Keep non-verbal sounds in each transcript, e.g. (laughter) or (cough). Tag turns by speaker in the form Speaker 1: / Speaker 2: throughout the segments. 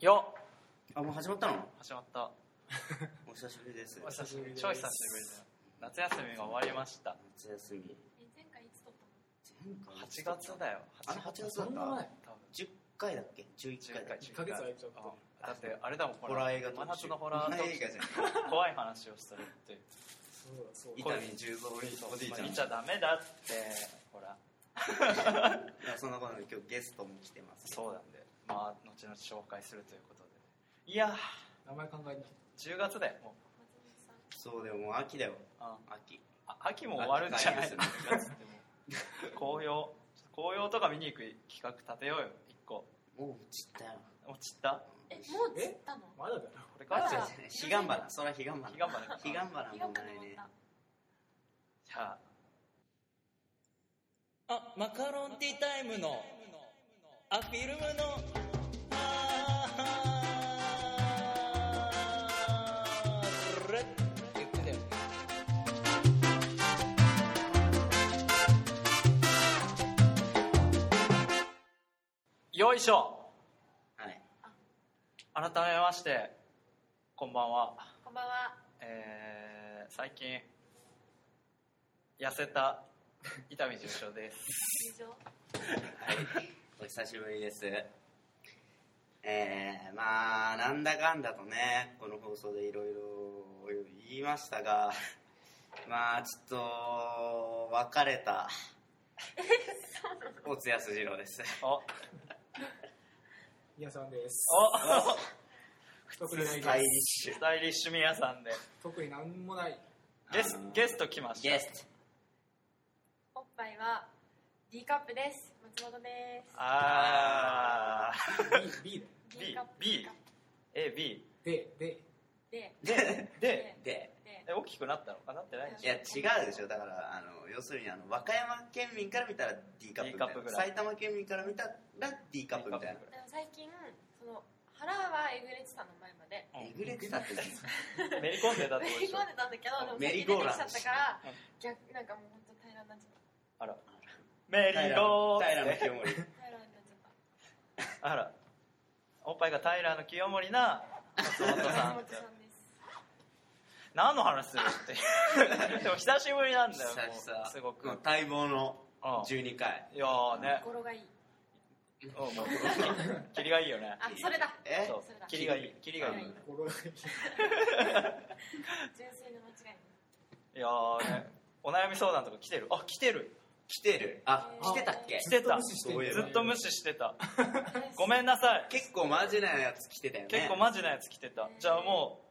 Speaker 1: よ
Speaker 2: あもう始まったの
Speaker 1: 始まった
Speaker 2: お久しぶりです
Speaker 1: お久しぶり
Speaker 3: です
Speaker 1: 超久しぶりだよ夏休みが終わりました
Speaker 2: 夏休み
Speaker 4: え前回いつ撮ったの
Speaker 2: 前回
Speaker 1: 8月だよ
Speaker 2: あれ8月だった
Speaker 1: 多分
Speaker 2: 10回だっけ11
Speaker 1: 10
Speaker 2: 回だ
Speaker 1: 回
Speaker 2: っけ
Speaker 3: 一ヶ月空いちゃったね
Speaker 1: あだってあれだもん
Speaker 2: ホラー映画
Speaker 1: 真夏
Speaker 2: 特集
Speaker 1: のホラー
Speaker 2: ホ
Speaker 1: 特
Speaker 2: ラー
Speaker 1: 集
Speaker 2: 映画じゃん
Speaker 1: 怖い話をするって
Speaker 3: そうだそう
Speaker 2: 伊丹十三おじいちゃん
Speaker 1: 見ちゃダメだってほら
Speaker 2: いやそんなことない今日ゲストも来てます
Speaker 1: そうなんでまあ後々紹介するということでいや
Speaker 3: 名前考えない
Speaker 1: ー10月だよもう
Speaker 4: 松本さん
Speaker 2: そうだよもう秋だよ
Speaker 1: あ
Speaker 2: 秋
Speaker 1: あ秋も終わるんじゃない
Speaker 2: 秋
Speaker 1: 10
Speaker 2: も終わ
Speaker 1: 月ってもう (laughs) 紅葉紅葉とか見に行く企画立てようよ一個
Speaker 2: もう散ったよ
Speaker 1: 落ちた
Speaker 4: えもう釣ったの
Speaker 3: まだだよ
Speaker 1: これか
Speaker 2: あ
Speaker 1: ら
Speaker 2: 違
Speaker 1: 彼
Speaker 2: う違う彼岸花そら彼岸花
Speaker 1: 岸花か
Speaker 2: 彼岸花
Speaker 4: 日
Speaker 2: も
Speaker 4: 本
Speaker 2: う
Speaker 4: か
Speaker 2: な
Speaker 4: ら
Speaker 2: い
Speaker 4: 終
Speaker 2: ね
Speaker 4: わっ
Speaker 1: じゃあ
Speaker 5: あマカロンティータイムのあフィルムのあーれって言ってたよね
Speaker 1: よいしょ
Speaker 2: はい
Speaker 1: 改めましてこんばんは、
Speaker 4: たこんばんは
Speaker 1: えー、最近痩せた (laughs) 伊丹重賞です
Speaker 4: 入場
Speaker 2: はいお久しぶりですえー、まあなんだかんだとねこの放送でいろいろ言いましたがまあちょっと別れた大津安二郎です
Speaker 1: おお
Speaker 3: 皆さんです特にない
Speaker 2: スタイ
Speaker 3: で
Speaker 2: リッ
Speaker 3: す
Speaker 2: シュ
Speaker 1: スタイリッシュミヤさんで
Speaker 3: 特になんもない
Speaker 1: ゲス
Speaker 2: あの
Speaker 1: ゲスト来ました
Speaker 2: ゲス
Speaker 4: おっぱいは D カップです松本で
Speaker 1: あ
Speaker 3: B,
Speaker 1: B
Speaker 3: B だよ
Speaker 4: すカップ
Speaker 1: B
Speaker 4: D カップ
Speaker 1: AB
Speaker 3: でで
Speaker 4: で
Speaker 2: トで
Speaker 1: (laughs) で
Speaker 2: で
Speaker 4: で
Speaker 1: え大きくなったのかなってないでし
Speaker 2: いや違うでしょだからあの要するにあの和歌山県民から見たら D カップ
Speaker 1: D
Speaker 2: みた
Speaker 1: カップ
Speaker 2: い
Speaker 1: ぐ
Speaker 2: な
Speaker 1: らい
Speaker 2: 埼玉県民から見たら D
Speaker 1: ょ
Speaker 2: カップみたいな
Speaker 4: でも最近その腹はえぐれてたの前まで
Speaker 1: カップ
Speaker 2: えぐれてたって言うんですか
Speaker 1: めり込んでたって
Speaker 4: め (laughs)
Speaker 1: こと
Speaker 4: り
Speaker 1: でしょ
Speaker 4: 込んでたんだけどでも
Speaker 2: メリーゴーランド
Speaker 4: 最近出てきちゃったから
Speaker 1: うん
Speaker 4: 逆なんかもう本当平らになっちゃっ
Speaker 1: あらメリゴー
Speaker 2: 平
Speaker 1: っ
Speaker 2: の
Speaker 1: て
Speaker 2: 清盛
Speaker 4: た平らになっちゃった
Speaker 1: あらおっぱいが平の清盛な松本さん
Speaker 4: 松本さんです
Speaker 1: 何の話するって
Speaker 2: (laughs)
Speaker 1: でも久しぶりなんだよもう
Speaker 2: 久々
Speaker 1: すごく、
Speaker 2: まあ待望の
Speaker 1: うん
Speaker 2: 12回
Speaker 1: いやーね、
Speaker 4: 心がいい
Speaker 1: うん、もう
Speaker 2: (laughs)
Speaker 1: 霧がいいよね
Speaker 4: あそれだ
Speaker 2: え
Speaker 1: そう
Speaker 4: それだ
Speaker 1: 霧がいい霧がいい、
Speaker 4: はい
Speaker 3: 心が
Speaker 4: 純粋の間違いない
Speaker 1: いやーねお悩み相談とか来てるあ来てる
Speaker 2: 来てるあ
Speaker 4: えー
Speaker 2: 来てたっけ
Speaker 1: 来てた
Speaker 3: 無視して
Speaker 2: そういえ
Speaker 1: ず
Speaker 2: ば
Speaker 1: っと無視してたごめんなさい
Speaker 2: 結構マジなやつ来てたよね
Speaker 1: 結構マジなやつ来てたじゃあもう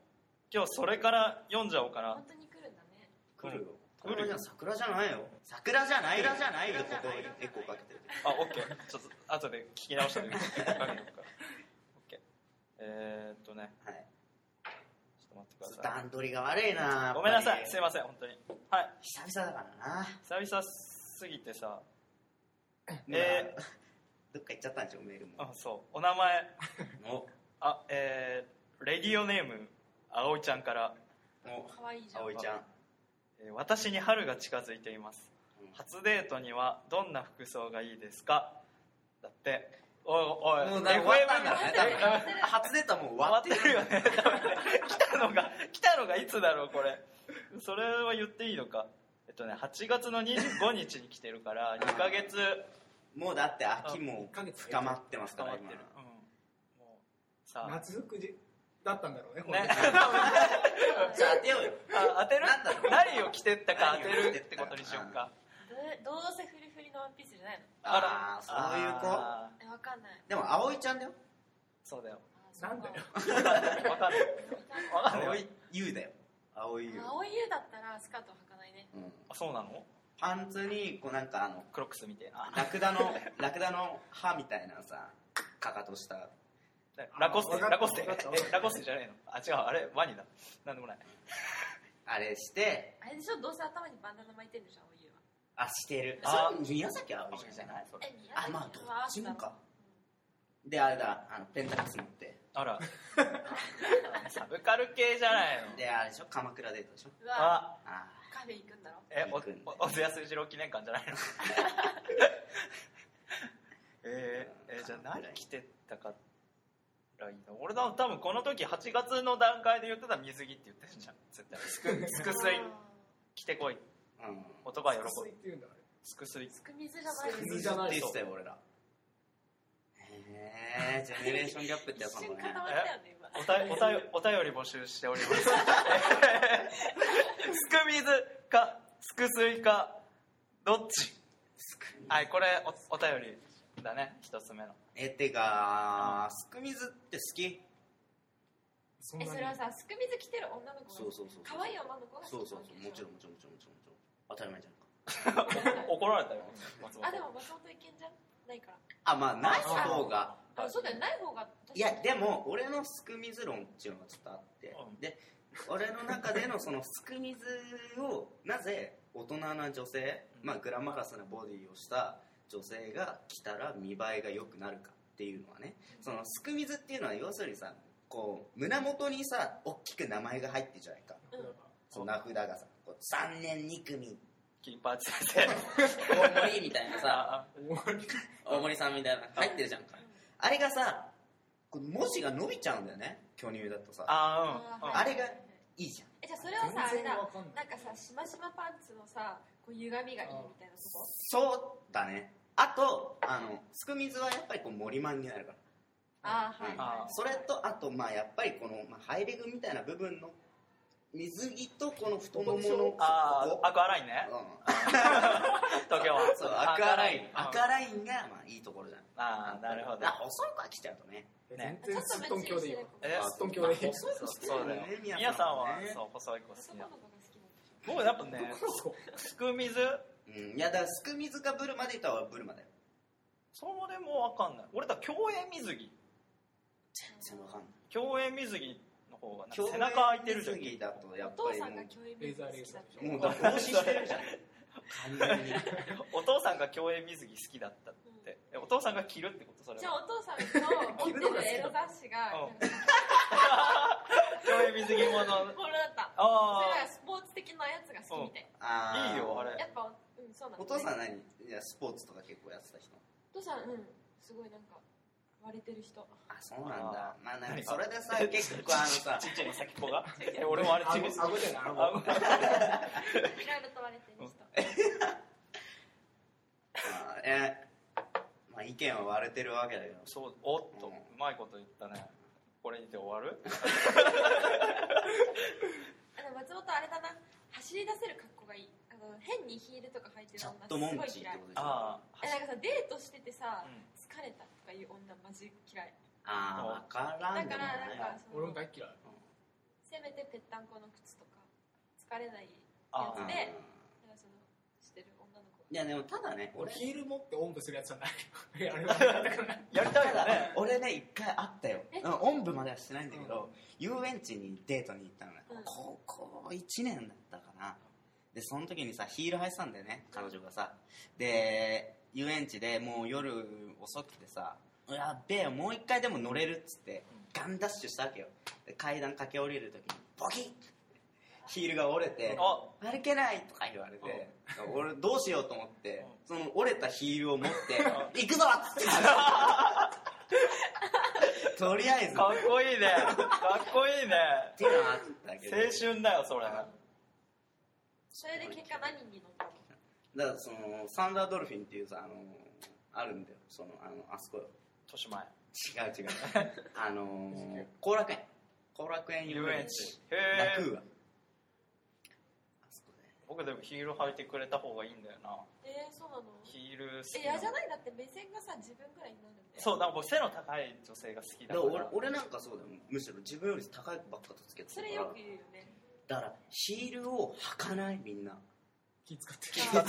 Speaker 1: 今日それから読んじゃおうかな
Speaker 4: 本当に来るんだね
Speaker 2: 来るよ
Speaker 1: 来
Speaker 2: 来
Speaker 1: る
Speaker 2: る
Speaker 1: よ
Speaker 2: よ桜じゃないよ桜じゃないよ桜じゃないよここにエコーかけてる
Speaker 1: あオッケーちょっと後で聞き直
Speaker 2: (laughs)
Speaker 1: してみるオッケーえー、っとね
Speaker 2: はい
Speaker 1: ちょっと
Speaker 2: ちょ
Speaker 1: 待っ
Speaker 2: っ
Speaker 1: て
Speaker 2: と
Speaker 1: ください
Speaker 2: 段取りが悪いな
Speaker 1: ごめんなさいすい
Speaker 2: やっ
Speaker 1: ません本当にはい
Speaker 2: ぱり久々だからな
Speaker 1: 久々すぎてさえ
Speaker 2: えどっか行っちゃったんでしょメール
Speaker 1: ー、あ
Speaker 2: も
Speaker 1: そうお名前
Speaker 2: お
Speaker 1: あえー、レディオネーム葵ちゃんから、
Speaker 2: お
Speaker 4: 可愛いじゃ
Speaker 1: (laughs)
Speaker 4: ん
Speaker 2: 葵ちゃん
Speaker 1: えー私に春が近づいています初デートにはどんな服装がいいですかだっておいおい
Speaker 2: もう
Speaker 1: FM
Speaker 2: だいぶ終わったんだろうね多分
Speaker 1: 終
Speaker 2: 初出たもう終わ
Speaker 1: わ
Speaker 2: っ
Speaker 1: って
Speaker 2: る
Speaker 1: てるよね多分ね (laughs) 来たのが来たのがいつだろうこれそれは言っていいのかえっとね8月の25日に来てるから2ヶ月
Speaker 2: もうだって秋も
Speaker 3: 1ヶ月
Speaker 2: 深まってますか
Speaker 1: 頑張
Speaker 2: ら
Speaker 1: って
Speaker 2: 今
Speaker 1: る、うん、もうさあ
Speaker 3: 夏服じだったんだろうね
Speaker 1: ね
Speaker 3: 本当に
Speaker 2: じゃあ当てようよ
Speaker 1: あ当てる
Speaker 2: なんだろう
Speaker 1: 何を着てったか当て
Speaker 2: 何を着
Speaker 1: る
Speaker 2: て
Speaker 1: っ
Speaker 2: ってた
Speaker 1: こ
Speaker 2: か
Speaker 1: とにしようか
Speaker 4: どどうせフリフリのワンピースじゃないの
Speaker 2: ああそういう子
Speaker 1: あ
Speaker 4: えわかんない
Speaker 2: でも葵ちゃんだよ
Speaker 1: ーそうだよ
Speaker 4: あそう
Speaker 3: なんだよ
Speaker 1: わかんないわかんない
Speaker 2: 葵優だよ葵優
Speaker 4: 青い湯だったらスカート履かないね
Speaker 2: うん
Speaker 1: あそうなの
Speaker 2: パンツにこうなんかあの
Speaker 1: クロックスみたいな
Speaker 2: ラクダのラクダの歯みたいなさかかとした
Speaker 1: ラコステ
Speaker 3: わかった
Speaker 1: ラコステ
Speaker 3: わかったわかった
Speaker 1: ラコステじゃねえのあ違うあれワニだなんでもない
Speaker 2: あれして
Speaker 4: あれでしょどうせ頭にバンダナ巻いてるでしょ青い湯は
Speaker 2: あしてる
Speaker 1: あ
Speaker 2: それ宮崎葵じゃない
Speaker 1: それ
Speaker 4: え似合
Speaker 2: あ
Speaker 4: う
Speaker 2: まあどっちもか
Speaker 4: う
Speaker 2: であれだあのペンタックス持って
Speaker 1: あらサブカル系じゃないの
Speaker 2: であれでしょ鎌倉デートでしょ
Speaker 4: んうわ
Speaker 1: あ
Speaker 2: (laughs) あ
Speaker 4: カフェ行くんだろ
Speaker 1: えお
Speaker 2: 行くんだ
Speaker 1: おおずやすじろう記念館じゃないの (laughs) えー、えーじゃあ何着てったかっらいいな俺だ多分この時8月の段階で言ってたら水着って言ってるじゃん絶対すくすくすい着てこい
Speaker 2: うん
Speaker 1: 男は喜ぶ
Speaker 3: つくすいって言うんだあれ
Speaker 1: すくすい
Speaker 4: すく水じゃない
Speaker 3: 水じゃない
Speaker 2: って言ってたよ俺らへえジェネレーションギャップってや
Speaker 4: 一
Speaker 2: つな
Speaker 4: 瞬
Speaker 2: んだね
Speaker 4: 固まったよね今
Speaker 1: おたおたお便り募集しております (laughs) すく水かすくすいかどっちはいこれおお便りだね一つ目の
Speaker 2: えてかすく水って好き
Speaker 3: そん
Speaker 4: え
Speaker 3: な
Speaker 4: そ
Speaker 3: に
Speaker 4: れはさすく水着てる女の子が
Speaker 2: そうそうそう
Speaker 4: 可愛い女の子が
Speaker 2: そう
Speaker 4: 好き
Speaker 2: そう
Speaker 4: なわ
Speaker 2: そ
Speaker 4: け
Speaker 2: う
Speaker 4: でしょ
Speaker 2: もちろんもちろんもちろんもちろんもちろん当たり前じゃんか
Speaker 1: お怒られたよ松本
Speaker 4: あでも松本いけんじゃんないから
Speaker 2: あまあない方が
Speaker 4: あそうだよない方が確かに
Speaker 2: いやでも俺のすく水論っていうのがちょっとあって、
Speaker 1: うん
Speaker 2: で俺の中でのそのすく水をなぜ大人な女性、
Speaker 1: うん
Speaker 2: まあ、グラマラスなボディをした女性が着たら見栄えが良くなるかっていうのはねそのすく水っていうのは要するにさこう胸元にさ大きく名前が入ってるじゃないか
Speaker 4: うん
Speaker 2: こう名札がさ「こう3年2組
Speaker 1: 金八先生
Speaker 2: 大森」みたいな
Speaker 1: あ
Speaker 2: さ
Speaker 3: 終わり
Speaker 2: 大森さんみたいなの入ってるじゃんかあれがさこう文字が伸びちゃうんだよね巨乳だとさ
Speaker 1: あ
Speaker 4: あ
Speaker 1: ーうん、うん
Speaker 4: ーはい
Speaker 2: あれが
Speaker 4: はいはい
Speaker 2: いいじゃん
Speaker 4: えじゃあそれはさあれ
Speaker 3: 全然
Speaker 4: だ
Speaker 3: わかんない
Speaker 4: なんかさしましまパンツのさこう歪みがいいみたいなとこ
Speaker 2: そうだねあとあのすく水はやっぱりこう森マンになるか
Speaker 4: あーはい
Speaker 2: うん
Speaker 4: は
Speaker 1: あ
Speaker 2: ら
Speaker 4: い
Speaker 2: それとあとまあやっぱりこの、まあ、ハイレグみたいな部分の水着とこの太もものここ
Speaker 1: あーアクアラインね
Speaker 2: うん
Speaker 1: 東京は
Speaker 2: そうアクアライン
Speaker 1: ア
Speaker 2: ア
Speaker 1: ク
Speaker 2: ク
Speaker 1: ア
Speaker 2: ア
Speaker 1: ライン
Speaker 2: ラインがまあいいところじゃん
Speaker 1: ああなるほど
Speaker 2: あ細い子は来ちゃうとね
Speaker 1: ね
Speaker 3: 全然すっとんきょうでいいわ
Speaker 1: え
Speaker 2: あ
Speaker 3: すっとんきょうでいい
Speaker 2: 細い子好きだ
Speaker 1: そう
Speaker 2: よ
Speaker 1: だよ
Speaker 2: ね
Speaker 1: みや
Speaker 2: 宮
Speaker 1: さ
Speaker 2: さ
Speaker 1: ん
Speaker 2: ん
Speaker 1: は
Speaker 2: は
Speaker 1: そう細い子好
Speaker 4: 男
Speaker 1: きだ
Speaker 4: の子が好きな
Speaker 1: 僕やっぱね
Speaker 3: そう
Speaker 1: すく水
Speaker 2: うんいやだからすく水かブルマでいったら俺ブルマだよ
Speaker 1: そうでも分かんない俺だ競泳水着
Speaker 2: 全然わかんない
Speaker 1: 競泳水着の方がなんか背中空いてるじゃん
Speaker 2: 水着だとやっ
Speaker 4: のお
Speaker 2: ぱり
Speaker 4: 父さ
Speaker 2: も
Speaker 4: んが教員
Speaker 3: レーザーレース
Speaker 4: だっ
Speaker 3: でしょ
Speaker 4: て
Speaker 2: うもうだから投資してるじゃん完全に
Speaker 1: お父さんが競泳水着好きだったってえお父さんが着るってことそれ
Speaker 4: じゃ
Speaker 1: は
Speaker 4: あお父さんの持ってるエロ雑誌が
Speaker 1: うん
Speaker 4: なんか
Speaker 1: 競泳水着もの
Speaker 4: これだったそ
Speaker 1: あ
Speaker 4: れがスポーツ的なやつが好きみたい
Speaker 2: あー
Speaker 1: いいよあれ
Speaker 4: やっぱうんそうなんだ
Speaker 2: お
Speaker 4: ね
Speaker 2: 父さん何いやスポーツとか結構やってた人
Speaker 4: お父さんうんすごいなんか割れてる人
Speaker 2: あそうなんだまあなん
Speaker 1: 何
Speaker 2: か
Speaker 1: が
Speaker 2: それでさ
Speaker 1: あ
Speaker 2: 結構あのさ
Speaker 1: ちっちゃい先っぽがえ俺もあれ
Speaker 3: あ
Speaker 1: ちびす
Speaker 3: 顎じゃない顎
Speaker 1: あ
Speaker 4: いろいろと割れてる人
Speaker 2: まあえーまあ意見は割れてるわけだけど
Speaker 1: そうおっと
Speaker 2: う
Speaker 1: うんまいこと言ったねこれにて終わる
Speaker 4: あの松本あれだな走り出せる格好がいいあの変にヒールとか履いて
Speaker 2: チ
Speaker 4: る
Speaker 2: ャッ
Speaker 4: 女
Speaker 2: トモ
Speaker 4: す
Speaker 2: ンチ
Speaker 4: ごい
Speaker 2: ー
Speaker 4: 嫌
Speaker 2: っ
Speaker 4: い
Speaker 2: てことでしょ
Speaker 1: あ
Speaker 4: えなんかさデートしてて
Speaker 1: あ
Speaker 4: さ
Speaker 1: うん
Speaker 4: 疲れたとかいう女マジ嫌い
Speaker 2: あーわから
Speaker 4: だ
Speaker 2: ん
Speaker 4: か
Speaker 2: でも
Speaker 4: らな
Speaker 2: ない
Speaker 3: 俺も大
Speaker 4: んかその
Speaker 3: っ嫌い
Speaker 4: せめてぺったんこの靴とか疲れない
Speaker 1: あー
Speaker 4: らなん
Speaker 2: うん
Speaker 4: かでなんかそのしてる女の子
Speaker 2: いやでもただね俺
Speaker 3: 俺ヒール持っておんぶするやつじゃない (laughs) よあれはだから
Speaker 1: やりたい
Speaker 2: た
Speaker 1: よ
Speaker 2: だ
Speaker 1: ね
Speaker 2: 俺ね一回あったよ
Speaker 4: え
Speaker 2: うんおんぶまではしてないんだけど遊園地にデートに行ったのね
Speaker 4: うん
Speaker 2: 高校1年だったかなでその時にさヒール履いてたんだよね彼女がさで遊園地でもう夜遅くてさやっべえもう一回でも乗れるっつってガンダッシュしたわけよで階段駆け下りる時にボキッヒールが折れて
Speaker 1: あ
Speaker 2: 歩けないとか言われて、俺どうしようと思って、その折れたヒールを持って、行くぞっつって。とりあえず、っ
Speaker 1: かっこいいねかっこいいね
Speaker 2: ていうのはあったけど、
Speaker 1: 青春だよそれ
Speaker 4: それで結果何に乗ったの
Speaker 2: だからその、サンダードルフィンっていうさ、あの、あるんだよ。その、あの、あそこよ。
Speaker 1: 豊島園
Speaker 2: 違う違う。あの、後楽園。後楽園遊
Speaker 1: 遊園
Speaker 2: 園
Speaker 1: 地
Speaker 2: 地。ラ
Speaker 1: へ
Speaker 2: ク
Speaker 1: え
Speaker 2: ーア。あそこね。
Speaker 1: 僕でもヒール履いてくれた方がいいんだよな
Speaker 4: えー、そうなの
Speaker 1: ヒール好き
Speaker 4: え嫌じゃないだって目線がさ自分ぐらいになるんで
Speaker 1: そううだから僕背の高い女性が好きだ
Speaker 2: だ
Speaker 1: か
Speaker 2: からら俺俺なんかそうだよ。むしろ自分より高いばっかとつけて
Speaker 4: そ
Speaker 2: たか
Speaker 4: れ
Speaker 2: ら
Speaker 4: よく言うよね
Speaker 2: だからヒールを履かないみんな
Speaker 3: 気使って
Speaker 4: 気
Speaker 2: た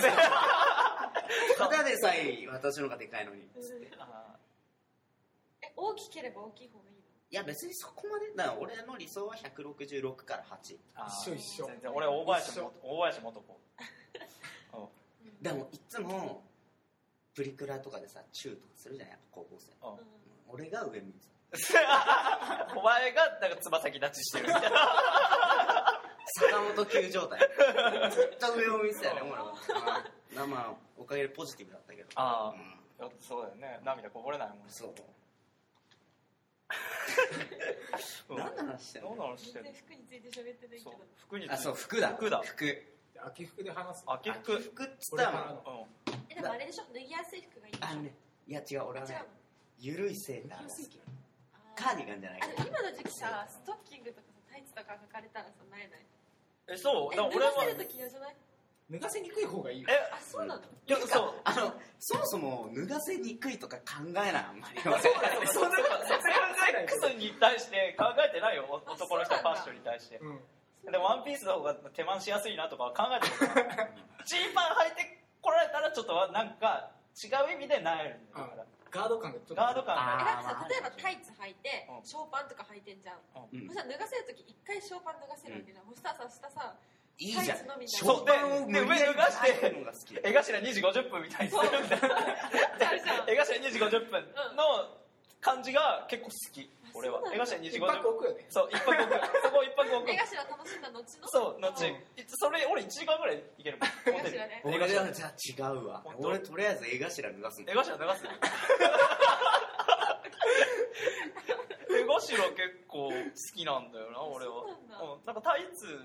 Speaker 2: だでさえ私の方がでかいのにい
Speaker 4: うん
Speaker 1: あ
Speaker 4: (laughs) え大きければ大きい方がいいの
Speaker 2: や別にそこまでだから俺の理想は166から8
Speaker 1: ーあー
Speaker 3: 一緒一緒
Speaker 1: 全然俺大林も大林元子
Speaker 4: うん
Speaker 2: でもいつもプリクラとかでさチューとかするじゃんやっぱ高校生
Speaker 1: うん
Speaker 4: う
Speaker 2: 俺が上向いて
Speaker 1: お前がなんかつま先立ちしてるみたいな
Speaker 2: た坂本級状 (laughs) 態ずっと上を見てたよね俺はまあまあおかげでポジティブだったけど
Speaker 1: あ
Speaker 2: うん
Speaker 1: そうだよね涙こぼれないもん
Speaker 2: そう
Speaker 1: うん
Speaker 2: 何の話してん
Speaker 1: 何
Speaker 2: の
Speaker 1: の話して
Speaker 4: 全
Speaker 1: んの
Speaker 4: 然服について喋ってないけ
Speaker 1: そう
Speaker 4: ど
Speaker 1: 服について
Speaker 2: あそう服だ
Speaker 1: 服だ
Speaker 2: 服
Speaker 3: 秋服で話す
Speaker 1: あ結
Speaker 2: 服
Speaker 1: 局
Speaker 2: 服っつっ
Speaker 3: 俺
Speaker 2: た
Speaker 3: から
Speaker 2: ら
Speaker 3: の
Speaker 1: うん
Speaker 4: えでもあれでしょ脱ぎやすい服がいいでしょ
Speaker 2: あのねいや違う俺は
Speaker 4: 違う
Speaker 2: ねゆるいセーターが好き
Speaker 4: の
Speaker 2: カーディガンじゃない
Speaker 4: あの今の時期さストッキングとかさタイツとか履かれたらさなえない
Speaker 1: えそう
Speaker 4: え
Speaker 1: だ
Speaker 4: 脱
Speaker 1: から俺は
Speaker 4: がせる時嫌じゃない
Speaker 3: 脱がせにくい方がいいよ
Speaker 1: え
Speaker 4: あそうなの
Speaker 1: いやそう
Speaker 2: あのそもそも脱がせにくいとか考えないあんまり俺
Speaker 1: そんなこと全然クスに対して考えてないよお男の人はファッションに対して
Speaker 3: うん
Speaker 1: でもワンピースの方が手間しやすいなとかは考えてるからジーパン履いてこられたらちょっとはなんか違う意味でなえるんだから
Speaker 3: ガード感がちょっと
Speaker 1: ガード感
Speaker 4: え
Speaker 1: が
Speaker 2: あ
Speaker 4: だってさ
Speaker 2: まあ
Speaker 4: 例えばタイツ履いて
Speaker 1: うん
Speaker 4: ショーパンとか履いてんじゃん
Speaker 2: うん
Speaker 4: そしたら脱がせる時一回ショーパン脱がせるわけじゃんそしたらさ下さ
Speaker 2: いいじゃん
Speaker 4: タイツ
Speaker 2: シ
Speaker 4: の
Speaker 2: ョ
Speaker 1: み
Speaker 2: ー
Speaker 1: に
Speaker 2: パンを無理やり
Speaker 1: で上脱がして
Speaker 2: 履くのが好き
Speaker 1: 江頭2時50分みたいにするんだよ
Speaker 4: あるじゃん
Speaker 1: 江頭2時50分の感じが結構好き俺は
Speaker 4: そうなん
Speaker 1: 江頭2
Speaker 4: だ
Speaker 1: 時
Speaker 3: 一
Speaker 1: 50
Speaker 3: 泊
Speaker 1: 分
Speaker 3: 置くよね
Speaker 1: そう一泊置くそこ一泊置く
Speaker 4: 目頭楽しんだ後の
Speaker 1: そう、後、
Speaker 4: うん
Speaker 1: いつそれ、俺1時間ぐらいい
Speaker 4: (laughs)
Speaker 1: けるもん。
Speaker 4: 江頭ね
Speaker 1: ホテ
Speaker 2: 俺
Speaker 1: ル江
Speaker 2: は
Speaker 1: 頭
Speaker 2: じゃあ違うわ
Speaker 1: 本当
Speaker 2: 俺とりあえず江頭脱がすんだ
Speaker 1: 江頭流
Speaker 4: (laughs)
Speaker 1: すよ。江頭結構好きなんだよな、俺は。
Speaker 4: そうなんだ
Speaker 1: うん、なんかタイツ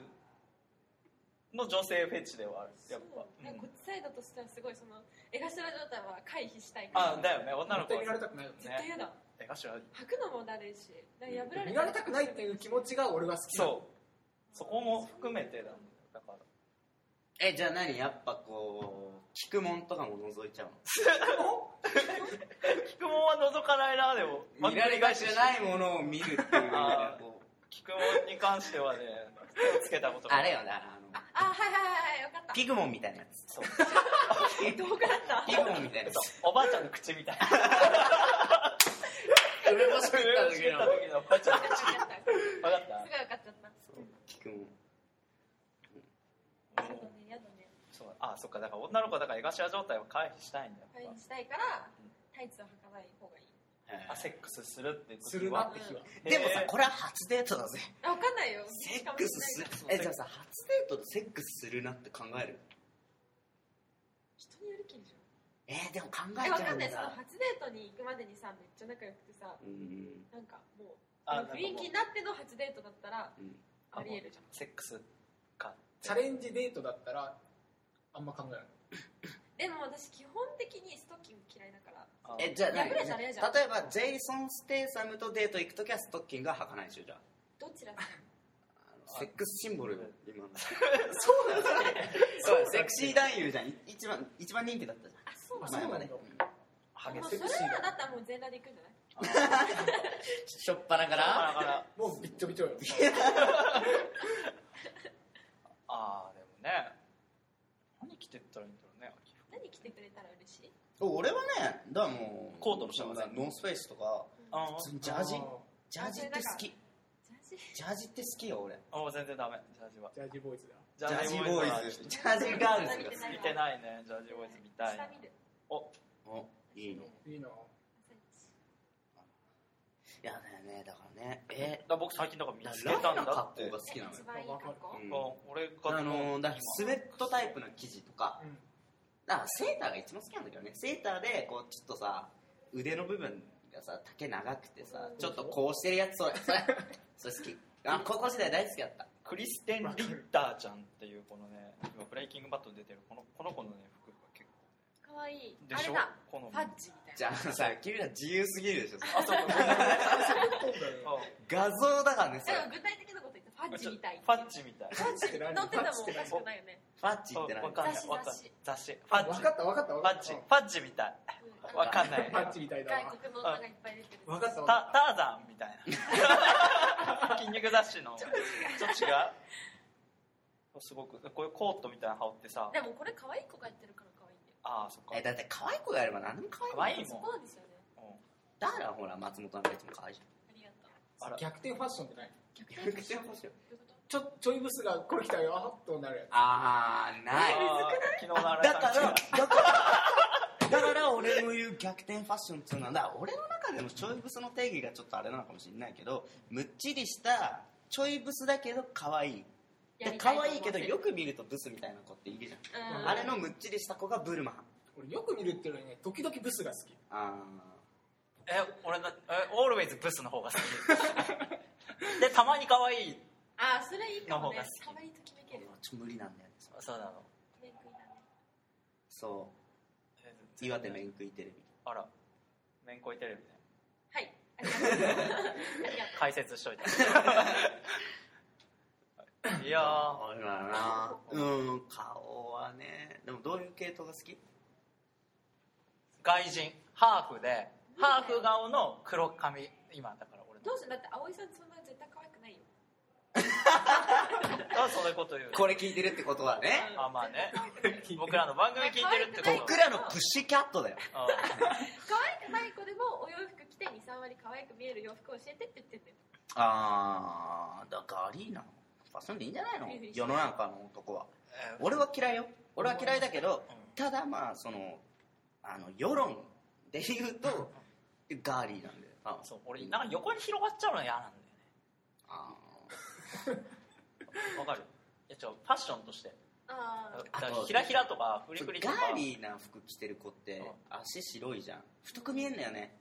Speaker 1: の女性フェチではある、やっぱ。
Speaker 4: なん
Speaker 1: うん
Speaker 4: かこっちサイドとしてはすごいその江頭状態は回避したいから
Speaker 1: あ、だよね、女の
Speaker 3: 絶
Speaker 1: 子
Speaker 3: 対見ら
Speaker 1: は。
Speaker 3: れたくないよ
Speaker 4: 絶対嫌だ
Speaker 1: 江頭、
Speaker 4: 履くのもだるいしだから破られ
Speaker 3: 見られたくないっていう気持ちが俺は好きなの
Speaker 1: そう。そこも含めてだもんだから。
Speaker 2: えじゃあ何やっぱこう聞くもんとかも覗いちゃう
Speaker 1: 聞くもんは覗かないな、でも。
Speaker 2: の見られがちじゃ
Speaker 1: い。
Speaker 2: ないものを見るっていう
Speaker 1: あー
Speaker 2: こう
Speaker 1: 聞くもんに関してはね、手をつけたことが
Speaker 2: あれよなあの
Speaker 4: あはいはいはいはいよかった
Speaker 2: ピグモンみたいなやつ
Speaker 1: そう
Speaker 4: どこだった
Speaker 2: ピグモンみたいなや (laughs) つ
Speaker 1: そうおばあちゃんの口みたいな。作時
Speaker 2: 梅干し食った時の
Speaker 1: のおばあちゃんの口。
Speaker 4: よかったす
Speaker 1: わかった
Speaker 4: ごい分かっちゃった
Speaker 2: ピグモン
Speaker 4: やだねやだね
Speaker 1: そうあそっかだから女の子だから江頭状態は回避したいんだよ、
Speaker 4: 回避したいからタイツは履かない方がいい
Speaker 2: はい
Speaker 1: あセックスするって時は
Speaker 3: するなって日は
Speaker 2: でもさ
Speaker 1: へー
Speaker 2: これは初デートだぜ
Speaker 4: あ分かんないよ
Speaker 2: セックスする
Speaker 1: そう
Speaker 2: えじゃあさ初デートでセックスするなって考える
Speaker 4: 人による気でしょ
Speaker 2: えー、でも考え
Speaker 4: え
Speaker 2: ち
Speaker 4: 分
Speaker 2: ゃうん
Speaker 4: かんないその
Speaker 2: だ
Speaker 4: 初デートに行くまでにさめっちゃ仲良くてさ
Speaker 2: うん
Speaker 4: なんかもう
Speaker 1: あ
Speaker 4: 雰囲気になっての初デートだったら
Speaker 2: うん
Speaker 4: ありえるじゃん
Speaker 1: セックスか
Speaker 3: チャレンジデートだったらあんま考えない
Speaker 4: でも私基本的にストッキング嫌いだから
Speaker 1: あ
Speaker 2: えじゃあ何
Speaker 4: 破れたら嫌じゃん
Speaker 2: 例えばジェイソン・ステイサムとデート行く時はストッキングは履かないでしょじゃあ
Speaker 4: どちらか
Speaker 2: あのセックスシンボルよ今の
Speaker 3: そうなんだ
Speaker 2: (laughs) そうセクシー男優じゃんい一番一番人気だったじ
Speaker 4: あそう
Speaker 3: あ
Speaker 2: ゃん
Speaker 3: そうなんだ
Speaker 2: 前は
Speaker 4: も
Speaker 1: 激
Speaker 4: う
Speaker 1: し
Speaker 4: そ
Speaker 1: い
Speaker 4: れならだったらもう全裸で行くんじゃない
Speaker 2: しょっぱなか
Speaker 1: だからら
Speaker 3: もうびっちょびちょよ
Speaker 1: あーでもね何着てったらいいんだろうね秋服
Speaker 4: 何着てくれたら嬉しい
Speaker 2: 俺はねだからもう
Speaker 1: コートの下まで
Speaker 2: ノースフェイスとか
Speaker 1: あ
Speaker 2: 普通にジャージ
Speaker 3: あー
Speaker 2: ジャージって好きジ
Speaker 4: ジャージ
Speaker 2: ャージって好きよ俺
Speaker 1: ーあー全然ダメジャージは
Speaker 3: ジャージボーイズだ
Speaker 1: ジは
Speaker 2: ジャージガールズが好
Speaker 1: 見てないねジャージボーイズ見たい
Speaker 4: 下見
Speaker 2: き
Speaker 4: る
Speaker 2: おいいね
Speaker 3: いいない
Speaker 2: やだよねだからねえ
Speaker 1: だから僕最近だから見
Speaker 2: だ
Speaker 1: つけ
Speaker 2: ラフ
Speaker 1: たん
Speaker 2: な
Speaker 1: だっ
Speaker 2: 格
Speaker 1: て
Speaker 2: 好が好きなのよ
Speaker 4: 一番いい格好
Speaker 2: うん
Speaker 1: うん俺が
Speaker 2: あのだからスウェットタイプの生地とか
Speaker 3: うん
Speaker 2: だからセーターが一番好きなんだけどねセーターでこうちょっとさ腕の部分がさ丈長くてさちょっとこうしてるやつ (laughs) それそれそれ好きあ高校時代大好きだった
Speaker 1: クリステン・リッターちゃんっていうこのね今ブレイキングバットに出てるこのこの子のね服が結
Speaker 4: かわいい
Speaker 1: 構で
Speaker 4: あれ
Speaker 1: しょ
Speaker 4: だ
Speaker 1: 好み
Speaker 4: ファッジみたいな
Speaker 2: じゃあさ君ら自由すぎるでしょ
Speaker 1: あそうかごめんなさい
Speaker 3: そうだよ
Speaker 2: 画像だからねそれ
Speaker 4: でも具体的なこと言ってファッジみたい
Speaker 1: ファッチみたい
Speaker 3: ファッジって何
Speaker 4: 乗ってたもん
Speaker 3: ファッジ
Speaker 4: お
Speaker 3: って
Speaker 4: か
Speaker 3: 何
Speaker 4: しくないよね
Speaker 2: ファッチって
Speaker 1: わ
Speaker 2: 何
Speaker 1: かんない
Speaker 4: 雑
Speaker 1: わ
Speaker 4: 誌
Speaker 1: かんな
Speaker 4: 雑
Speaker 1: い
Speaker 4: 誌
Speaker 1: 雑誌ファッ
Speaker 3: わ
Speaker 1: チ
Speaker 3: かったわかったわ
Speaker 1: フ
Speaker 3: か
Speaker 1: ァ
Speaker 3: っ
Speaker 1: ッ
Speaker 3: た
Speaker 1: チファッチみたい
Speaker 4: うんあの
Speaker 1: わかんない
Speaker 3: ファッチみたいだわ
Speaker 4: 外国の女がいっぱい出てる
Speaker 3: わかったわか
Speaker 1: タ
Speaker 3: った
Speaker 1: ターザンみたいな筋肉雑誌のちょっと違うすごくこういうコートみたいなの羽織ってさ
Speaker 4: でもこれ可愛い子がやってるから可愛いんだよ
Speaker 1: ああそっか
Speaker 2: えだって可愛い子がやれば何でも可愛い
Speaker 1: 可愛い
Speaker 4: そ
Speaker 1: もん
Speaker 4: こなんですよね
Speaker 1: うん
Speaker 2: だからほら松本のやつも可愛いじ
Speaker 4: ありがとう
Speaker 1: あら
Speaker 3: 逆転ファッションってない
Speaker 4: 逆
Speaker 2: ゃん (laughs)
Speaker 4: 転どういうこと
Speaker 3: ちょちょいブスがこれ来たよあっとなるや
Speaker 2: ああな
Speaker 1: あ
Speaker 2: い
Speaker 1: ー昨日の
Speaker 2: あ
Speaker 1: あ
Speaker 2: だ
Speaker 1: れ
Speaker 2: からだからだから俺の言う逆転ファッションっていうのはだから俺の中でのちょいブスの定義がちょっとあれなのかもしれないけどむっちりしたちょいブスだけど可愛い
Speaker 4: や
Speaker 2: で
Speaker 4: り
Speaker 2: 可
Speaker 4: たと思
Speaker 2: 愛い
Speaker 4: っ
Speaker 2: け
Speaker 4: て
Speaker 2: どよく見るとブスみたいな子っているじゃん、
Speaker 4: うん
Speaker 2: あれのむっちりした子がブルマン
Speaker 3: つ俺よく見るっていうのにね時々ブスが好き
Speaker 2: あ
Speaker 1: え俺なえオールウェイズブスの方が好きでたまに可愛い
Speaker 4: あーそれいいかも
Speaker 1: の方が
Speaker 4: ね
Speaker 1: 好き
Speaker 4: たまにときめける
Speaker 2: ちょ無理なんだよね
Speaker 1: そうなの
Speaker 4: ときめくいいな
Speaker 2: そ
Speaker 1: え
Speaker 2: う岩手めんくいテレビ
Speaker 1: あらめんこいテレビね
Speaker 4: はいありがとうありがとう
Speaker 1: 解説しといていやー
Speaker 2: そうだなうん顔はねでもどういう系統が好き
Speaker 1: 外人ハーフでハーフ顔の黒髪今だから俺の
Speaker 4: どうするだって葵さんそんな絶対可愛くないよ
Speaker 1: あそういうこと言う
Speaker 2: これ聞いてるってことはね
Speaker 1: あまあね僕らの番組聞いてるってこと
Speaker 2: 僕らのプッシュキャットだよ
Speaker 1: あ
Speaker 4: 可愛くない子でもお洋服着て23割可愛く見える洋服を教えてって言ってんだよ
Speaker 2: あーだからリーナファッションでいいんじゃないの世の中の男は
Speaker 1: え
Speaker 2: 俺は嫌いよ俺は嫌いだけど
Speaker 1: うん
Speaker 2: ただまあそのあの世論で言うとガーリーなんだよあ
Speaker 1: そう俺なんか横に広がっちゃうの嫌なんだよ
Speaker 2: あ
Speaker 1: ねわかるいやちょファッションとして
Speaker 4: あ
Speaker 1: だ
Speaker 4: あ
Speaker 1: からひらひらとかフリフリと
Speaker 2: ガ
Speaker 1: か
Speaker 2: ーリーな服着てる子って足白いじゃん太く見えんだよね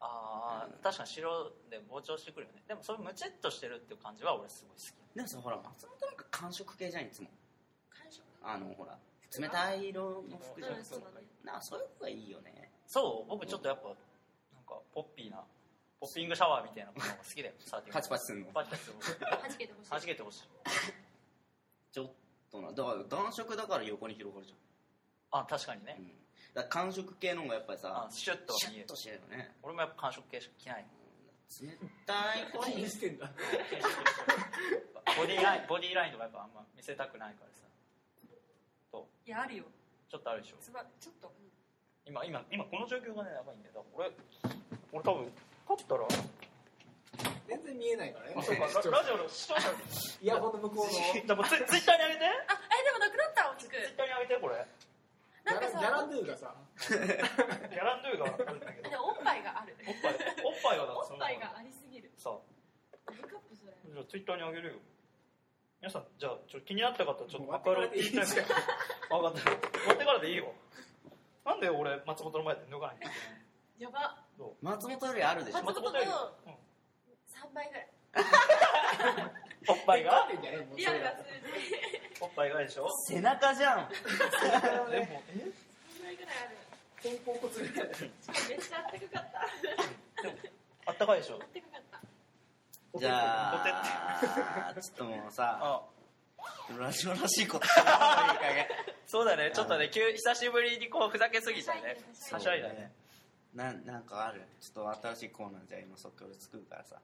Speaker 1: ああ確かに白で膨張してくるよねでもそれムチっとしてるっていう感じは俺すごい好き
Speaker 2: でもさほら松本なんか寒色系じゃんいつも
Speaker 4: 感触
Speaker 2: あのほら冷たい色の服じゃん、
Speaker 4: うんそうだね
Speaker 2: なんかそういう方がいいよね
Speaker 1: そう僕ちょっとやっぱなんかポッピーなポッピングシャワーみたいなものが好きだよサーティワン
Speaker 2: パチパチするの
Speaker 1: パチパチする
Speaker 4: はじけてほしい
Speaker 1: 弾けてほしい
Speaker 2: ちょっとなだから暖色だから横に広がるじ
Speaker 1: あ確かに
Speaker 2: ゃん、
Speaker 1: ね
Speaker 2: うん、だから寒色系の方がやっぱり
Speaker 1: あ
Speaker 2: さ
Speaker 1: シュッと
Speaker 2: シ
Speaker 1: 見え
Speaker 2: ュッ
Speaker 1: る
Speaker 2: としてるよね
Speaker 1: 俺もやっぱ寒色系しか着ない
Speaker 2: 冷たい子
Speaker 3: 気
Speaker 2: に
Speaker 3: にしてんだ
Speaker 1: ボディラインボディラインとかやっぱあんま見せたくないからさ
Speaker 4: いやあるよ
Speaker 1: ちょっとあるでしょ
Speaker 4: つまちょっとうん
Speaker 1: 今今今この状況がねやばいんだよだから俺俺多分勝ったら
Speaker 3: 全然見えないからね
Speaker 2: そう
Speaker 1: ララジオの視聴者
Speaker 3: イヤホンの向こうの
Speaker 1: でもツイツイッターにあげて
Speaker 4: あえでもなくなったおつく
Speaker 1: ツイッターにあげてこれ
Speaker 3: ギ
Speaker 4: な
Speaker 3: ャ
Speaker 4: んか
Speaker 3: ラ
Speaker 4: さ
Speaker 3: ギャラドゥがさ
Speaker 1: ギャランドゥがあるんだけど
Speaker 4: でもおっぱいがある
Speaker 1: おっぱいおっぱいがだから
Speaker 4: おっぱい
Speaker 1: そ
Speaker 4: がありすぎる
Speaker 1: のさ
Speaker 4: メイクアップそれ
Speaker 1: じゃあツイッターにあげるよ皆さんじゃあちょっと気になった方はちょっと
Speaker 3: もう
Speaker 1: マカロ
Speaker 3: 待っ
Speaker 1: ニ
Speaker 3: て
Speaker 1: タイム
Speaker 3: いいじ
Speaker 1: (laughs) 分かった持ってからでいいよなんで俺松本の前で脱がないの
Speaker 4: やば
Speaker 2: 松本よりあるでしょ
Speaker 4: 松本の
Speaker 1: よりうん
Speaker 4: 3倍ぐらい
Speaker 1: おっぱいが
Speaker 3: 勝ってんじゃねえもう
Speaker 4: リ
Speaker 3: そ
Speaker 4: ア
Speaker 3: れ
Speaker 4: ルな
Speaker 3: は
Speaker 4: 数字
Speaker 1: おっぱいがでしょ
Speaker 2: 背中じゃ
Speaker 1: (laughs)
Speaker 2: ん
Speaker 1: でもえ
Speaker 4: 3倍ぐらいある
Speaker 3: 肩甲骨みたいな
Speaker 4: しかもめっちゃあったかかった
Speaker 1: あったかいでしょ
Speaker 4: あったかかった
Speaker 2: じゃあちょっともうさ
Speaker 1: あ
Speaker 2: ラジオらしいことしない方がいい加減
Speaker 1: そうだねちょっとね急久しぶりにこうふざけすぎちゃうね
Speaker 4: は
Speaker 1: (laughs) はしゃいだね
Speaker 2: なんなんかあるちょっと新しいコーナーじゃあ今即興で作るからさ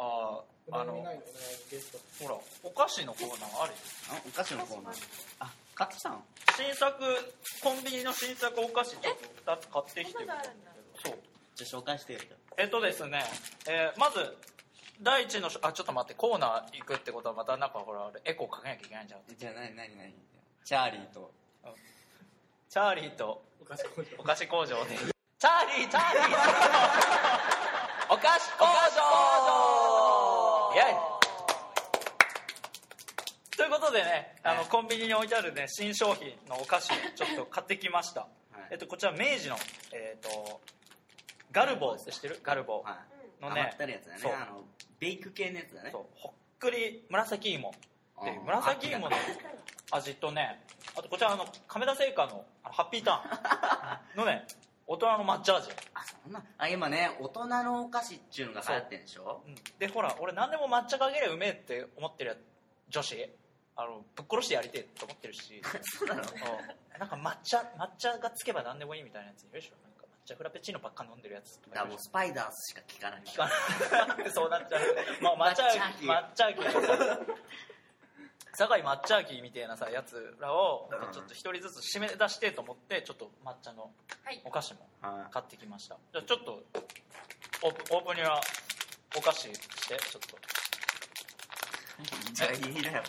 Speaker 1: あ
Speaker 3: お
Speaker 1: ああ
Speaker 3: 悩
Speaker 1: の
Speaker 3: みないのお悩みゲスト
Speaker 1: ほらお菓子のコーナーあるよ
Speaker 2: あお菓子のコーナーあ買ってきたの
Speaker 1: 新作コンビニの新作お菓子ちょっと2つ買ってきて
Speaker 4: そん
Speaker 1: る
Speaker 4: なのあるんだ
Speaker 1: そう
Speaker 2: じゃあ紹介してよ
Speaker 1: えっとですね、えーまず第一のしあちょっと待ってコーナー行くってことはまたなんかほらあれエコーかけなきゃいけないんじゃん
Speaker 2: じゃあ何何何チャーリーと
Speaker 1: チャーリーと
Speaker 3: お菓子工
Speaker 1: お
Speaker 3: 場
Speaker 1: 菓子工場で (laughs) チャーリーチャーリーお菓子工場イエイということでねあの
Speaker 2: はい
Speaker 1: コンビニに置いてあるね新商品のお菓子をちょっと買ってきました、
Speaker 2: はい
Speaker 1: えっとこちら明治のえっ、とガルボーって知ってるガルボー、
Speaker 2: は
Speaker 4: う
Speaker 2: い
Speaker 1: のね
Speaker 2: 余ったるやつだね
Speaker 1: そう
Speaker 2: あのベイク系のやつだね
Speaker 1: そうほっくり紫芋っていう
Speaker 2: あー
Speaker 1: 紫芋の味とねあとこちらあの亀田製菓のあのハッピーター
Speaker 2: (laughs)
Speaker 1: ンのね大人の抹茶味、
Speaker 2: あそんなあ今ね大人のお菓子っちゅうのが流行ってんでしょ
Speaker 1: うんでほら俺何でも抹茶かけりゃうめえって思ってるや女子あのぶっ殺してやりてえって思ってる
Speaker 2: (laughs)
Speaker 1: し
Speaker 2: そうだろ
Speaker 1: うんなんか抹茶抹茶がつけば何でもいいみたいなやついるでしょなんか抹茶フラペチーノばっか飲んでるやつと
Speaker 2: だから
Speaker 1: かい
Speaker 2: も
Speaker 1: る
Speaker 2: う
Speaker 1: でし
Speaker 2: スパイダースしか聞かない
Speaker 1: ょそうなっちゃう、まあ、抹茶秋抹
Speaker 2: (laughs) 抹
Speaker 1: 茶秋酒井抹茶秋みたいなさやつらを
Speaker 2: うん
Speaker 1: ちょっと一人ずつ締め出してと思ってちょっと抹茶の
Speaker 4: はい
Speaker 1: お菓子も
Speaker 2: は
Speaker 1: 買ってきましたじゃあちょっとオープオープニングはお菓子してちょっと
Speaker 2: いじゃあいいだよ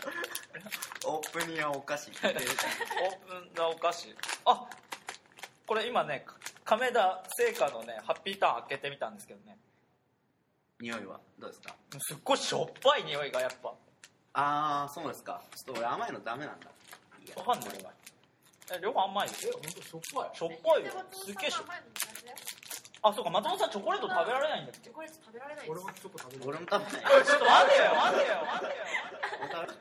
Speaker 2: (laughs) オープニングはお菓子聞いてる
Speaker 1: オープンなお菓子あこれ今ね亀田製菓のねハッピーターン開けてみたんですけどね
Speaker 2: 匂いはどうですか
Speaker 1: すっごいしょっぱい匂いがやっぱ
Speaker 2: ああそうですかちょっと俺甘いのダメなんだい
Speaker 1: わかんないえ両方甘いよ
Speaker 3: え本当しょっぱい
Speaker 1: しょっぱいよ
Speaker 4: で松本さん
Speaker 1: すっげえしょっ
Speaker 4: は前の同じだよ
Speaker 1: あそうか松本さんチョコレート食べられないんだっけ
Speaker 4: チョコレート食べられないで
Speaker 3: 俺
Speaker 4: す
Speaker 3: もチョコ食べる
Speaker 2: 俺も食べないよ
Speaker 1: ちょっと待てよ待てよ待てよ
Speaker 2: 俺食べない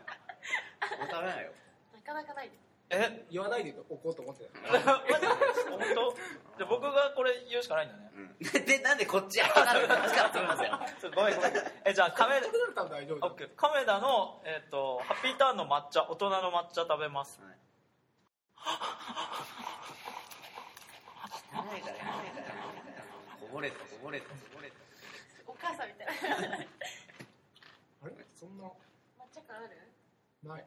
Speaker 2: 俺食べないよ
Speaker 4: なかなかない
Speaker 1: え (laughs)
Speaker 3: 言わないでおこうと思ってた
Speaker 1: マジで本当 (laughs) じゃあ僕がこれ言うしかないんだね
Speaker 2: うん (laughs) でなんでこっちやなんでこっちから取るんです
Speaker 1: す
Speaker 2: よ
Speaker 1: ごいごめんえじゃあカメ
Speaker 3: 食べられたら大丈
Speaker 1: オ
Speaker 3: 夫
Speaker 1: ッケー亀田の、えっとハッピーターンの抹茶大人の抹茶食べます
Speaker 2: やめないからやめないからやめないからこぼれたこぼれたこぼれた
Speaker 4: お母さんみたいな
Speaker 3: あれそんな
Speaker 4: 抹茶感ある
Speaker 3: ない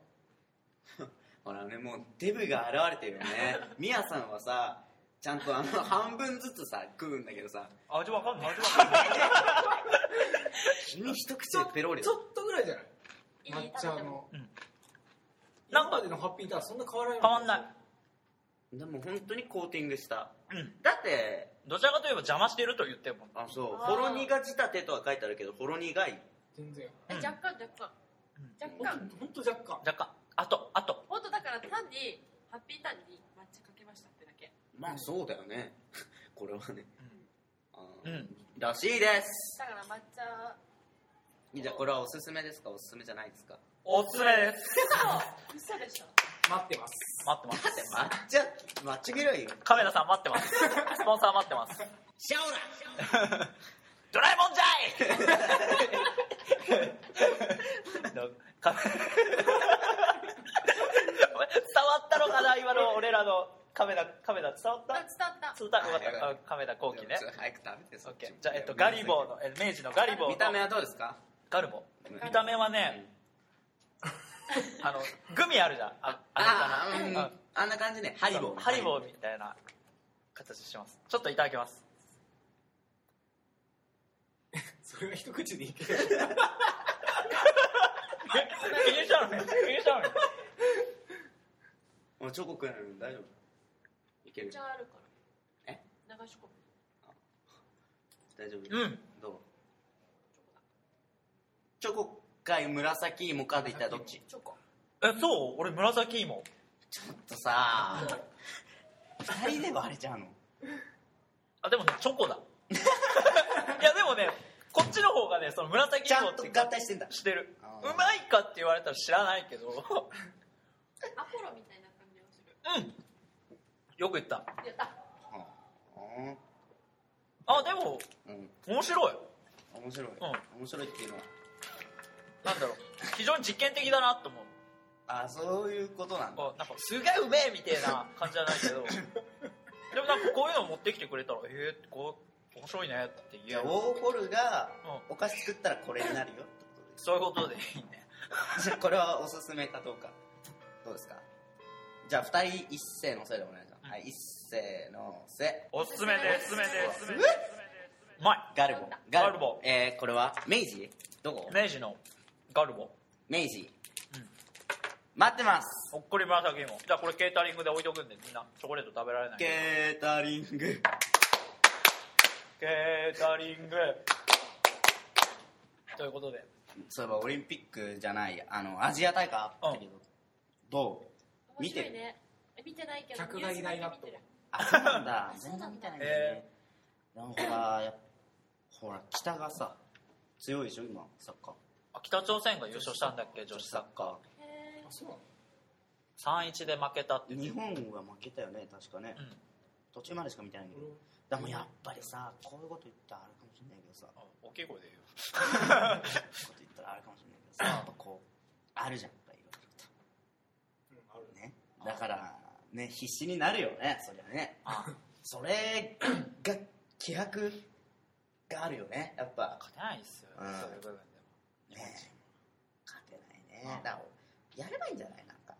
Speaker 2: ほらねもうデブが現れてるよ (laughs) ねミヤさんはさちゃん (laughs) とあの半分ずつさ食うんだけどさ
Speaker 1: 味わかんない味わかんない
Speaker 2: 君一口でペロリ
Speaker 3: ちょっとぐらいじゃない
Speaker 4: いい
Speaker 3: 抹
Speaker 4: 食
Speaker 3: 茶
Speaker 4: べても
Speaker 3: の
Speaker 1: うん
Speaker 3: 今までのハッピーターンそんな変わらな
Speaker 1: (laughs)
Speaker 3: い
Speaker 1: 変わんない
Speaker 2: でも本当にコーティングした
Speaker 1: うん
Speaker 2: だって
Speaker 1: どちらかといえば邪魔してると言っても
Speaker 2: あそう
Speaker 4: あー
Speaker 2: ほろ苦仕立てとは書いてあるけどほろ苦い
Speaker 3: 全然
Speaker 4: え
Speaker 1: うん
Speaker 4: 若干若干
Speaker 1: うん
Speaker 4: 若干
Speaker 3: ほんと若干
Speaker 1: 若干あとあと
Speaker 4: ほんとだから単にハッピーターンに抹茶かけましたってだけ
Speaker 2: まあそうだよね (laughs) これはねあ
Speaker 1: う
Speaker 2: ー
Speaker 1: ん
Speaker 2: らしいです
Speaker 4: だから抹茶
Speaker 2: じゃあこれはおすすめですかおすすめじゃないですか
Speaker 1: おすすめです
Speaker 4: 嘘嘘でしょ
Speaker 3: 待ってます
Speaker 1: 待ってます
Speaker 2: だって抹茶抹茶嫌いよ
Speaker 1: 亀田さん待って (laughs) ますスポンサー待ってます
Speaker 2: シャオラ
Speaker 1: ドラえも (laughs) んじゃいかお前伝わったのかな今の俺らのカメラカメラ伝わっ
Speaker 4: あ
Speaker 1: (laughs) た
Speaker 4: 伝わった
Speaker 1: 伝わったよかったあカメラ後期ね
Speaker 2: ちょっと早く食べて
Speaker 1: オ
Speaker 2: そ
Speaker 1: ッ
Speaker 2: っち
Speaker 1: ケー
Speaker 2: も
Speaker 1: じゃあ、えっと、ガリボーのえ明治のガリボーの
Speaker 2: 見た目はどうですか
Speaker 1: ガルボ見た目はね (laughs) あのグミあるじゃんあ
Speaker 2: あ
Speaker 1: あ
Speaker 2: あ
Speaker 1: れ
Speaker 2: ー
Speaker 1: かな
Speaker 2: うんあんな感じねハリボー
Speaker 1: ハリボーみたいな形して (laughs) ますちょっといただきます
Speaker 3: それは一口でいける
Speaker 1: 気にしちゃうね気にしちゃうね
Speaker 2: おチョコ食えないの大丈夫いけ
Speaker 4: 抹
Speaker 2: る
Speaker 4: 茶あるから
Speaker 2: え
Speaker 4: 流し込む
Speaker 2: 大丈夫
Speaker 1: (laughs) うん
Speaker 2: どうチョコかい紫芋かでいったらどっち
Speaker 4: チョコ
Speaker 1: えそう俺紫芋
Speaker 2: ちょっとさ二人で割れ
Speaker 1: (laughs)
Speaker 2: ちゃうの
Speaker 1: あでもねチョコ (laughs) だいやでもねこっちの方がねその紫
Speaker 2: ちゃ
Speaker 1: 芋
Speaker 2: ん
Speaker 1: って
Speaker 2: と合体してんだ
Speaker 1: してる
Speaker 2: あ
Speaker 1: う
Speaker 2: ー
Speaker 1: まいかって言われたら知らないけどう
Speaker 4: アポロみたいな感じがする
Speaker 1: んよく言った
Speaker 4: やった
Speaker 2: うん
Speaker 1: あでも
Speaker 2: うん
Speaker 1: 面白い
Speaker 2: 面白い
Speaker 1: ん
Speaker 2: 面白いっていうのは
Speaker 1: なんだろう非常に実験的だなと思う
Speaker 2: あそういうことなんだ
Speaker 1: あなんかすげえうめえみたいな感じじゃない (laughs) けどでもなんかこういうの持ってきてくれたらえー、こう面白いねって
Speaker 2: い
Speaker 1: 言
Speaker 2: や
Speaker 1: え
Speaker 2: ウ
Speaker 1: る
Speaker 2: ォーホルが
Speaker 1: うん
Speaker 2: お菓子作ったらこれになるよってことです
Speaker 1: そういうことでいいね
Speaker 2: じゃあ (laughs) これはおすすめかどうかどうですかじゃあ二人一斉のせいでお願いします、はい一斉のせ
Speaker 1: おすすめですおすすめですおすすめですうま
Speaker 2: ガルボ
Speaker 1: ガルボ
Speaker 2: えー、これは明治どこ、
Speaker 1: い明治のガルボ
Speaker 2: 明治、
Speaker 1: うん
Speaker 2: 待ってます
Speaker 1: ほっこり紫芋じゃあこれケータリングで置いとくんでみんなチョコレート食べられない
Speaker 2: ケ
Speaker 1: ケ
Speaker 2: ータリング
Speaker 1: ータリングということで
Speaker 2: そういえばオリンピックじゃないあのアジア大会あったけど、どう
Speaker 4: 面白いねえ見てないけど
Speaker 3: 客がいないなと
Speaker 4: ニュースだ
Speaker 2: あそ
Speaker 4: け見てる
Speaker 2: うな
Speaker 1: (laughs)
Speaker 2: んだ
Speaker 4: そうな
Speaker 2: 全
Speaker 4: んだ
Speaker 2: 然見てないんだね、なんかほらやっぱほら北がさ強いでしょ今サッカー
Speaker 1: あ北朝鮮が優勝したんだっけ女子サッ
Speaker 2: カ
Speaker 4: へ
Speaker 3: あそうなの
Speaker 1: カー3-1で負けたって
Speaker 2: 日本は負けたよね確かね、
Speaker 1: うん
Speaker 2: 途中までしか見てないけど、
Speaker 3: 俺
Speaker 2: でもやっぱりさこういうこと言ったらあれかもしれないけどさ
Speaker 1: あ大きい声で言う
Speaker 2: こういうこと言ったらあれかもしれないけどさやっぱこうあるじゃんやっぱいろ
Speaker 3: うんある
Speaker 2: いろねだからね必死になるよねそりゃね
Speaker 1: あ
Speaker 2: それが気迫があるよねやっぱ
Speaker 1: 勝てないっすよ
Speaker 2: うん
Speaker 1: そういう部分でも
Speaker 2: ね勝てないねだからやればいいんじゃないなんか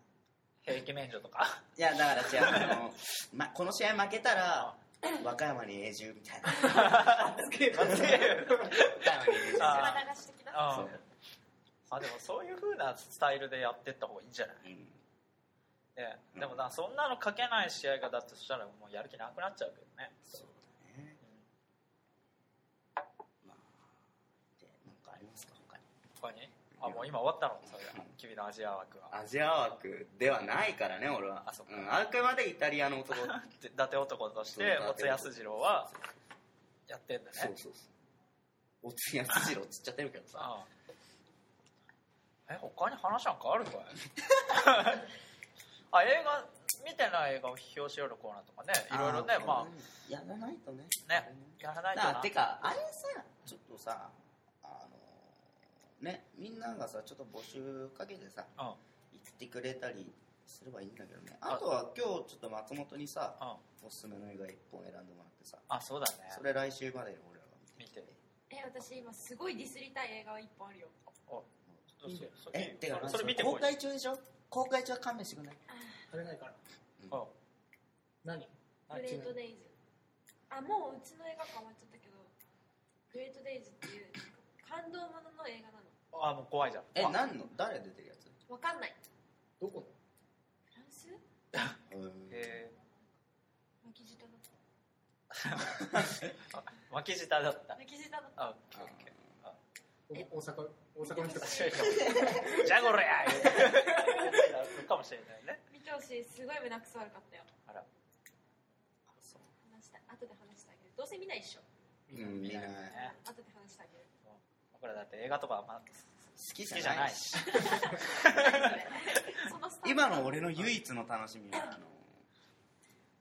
Speaker 1: 兵役免除とか
Speaker 2: いやだから違うあの、 (laughs) ま、この試合負けたら和歌山に永住みた (laughs) いな
Speaker 1: (laughs)
Speaker 2: 和歌山に (laughs) 永住み
Speaker 4: ー
Speaker 2: たい
Speaker 1: あ
Speaker 2: な
Speaker 4: 島流し的な
Speaker 1: あ
Speaker 2: そう
Speaker 1: あでもそういう風なスタイルでやってった方がいいんじゃない、
Speaker 2: うん
Speaker 1: ね、でもなそんなのかけない試合がだとしたらもうやる気なくなっちゃうけどね
Speaker 2: そうだね。まあ、で、なんかありますか、他に。
Speaker 1: 他にあもう今終わったのそれが君のアジア枠は
Speaker 2: アジア枠ではないからね、俺は。
Speaker 1: あそっか
Speaker 2: うん、あくまでイタリアの男。
Speaker 1: で伊達男として
Speaker 2: そう
Speaker 1: おつやす次郎はやってんだね
Speaker 2: そうそうそうおつやつじろっつっちゃってるけどさ
Speaker 1: ああえ他に話なんかある (laughs) かいあ映画見てない映画を批評しよるコーナーとかねいろいろね
Speaker 2: ー
Speaker 1: ま
Speaker 2: やらないとね
Speaker 1: あねやらないと
Speaker 2: だから
Speaker 1: な
Speaker 2: てかあれさちょっとさあのねみんながさちょっと募集かけてさ
Speaker 1: うんうん
Speaker 2: 言ってくれたりすればいいんだけどね
Speaker 1: あ
Speaker 2: あとは今日ちょっと松本にさおすすめの映画1本選んでもらってさ
Speaker 1: あそうだね
Speaker 2: それ来週までに俺らが見
Speaker 1: 見
Speaker 2: て
Speaker 1: て
Speaker 4: え私今すごいディスりたい映画が一本あるよ
Speaker 1: そうそうそれ
Speaker 2: えてか
Speaker 1: それ見て
Speaker 2: 公
Speaker 1: こい
Speaker 2: 開中でしょ公開中は勘弁してくんない
Speaker 3: 足りないから
Speaker 1: うん
Speaker 3: 何
Speaker 4: グレートデイズあもううちの映画館終わっちゃったけどグレートデイズっていう感動ものの映画なの
Speaker 1: あもう怖いじゃん
Speaker 2: え
Speaker 1: あ
Speaker 2: 何の誰出てるやつ
Speaker 4: わかんない
Speaker 3: どこの
Speaker 4: フランス
Speaker 1: え
Speaker 4: 巻き舌だった
Speaker 1: ー巻き舌だった
Speaker 4: 巻き舌だった
Speaker 1: あ
Speaker 2: あ
Speaker 3: お
Speaker 4: え
Speaker 3: 大阪大阪の人たち
Speaker 1: 強いかも (laughs) じゃこりゃーかもしれないね
Speaker 4: 見てほしいすごい胸くそ悪かったよ
Speaker 1: あら
Speaker 4: 話したい後で話してあげるどうせ見ないっしょ
Speaker 2: ーうん見ない
Speaker 1: ね
Speaker 4: 後で話してあげ (laughs) る
Speaker 1: 僕らだって映画とかあんま
Speaker 2: 好き
Speaker 1: 好きじゃないし
Speaker 4: そのスタンス
Speaker 2: 今の俺の唯一の楽しみはあの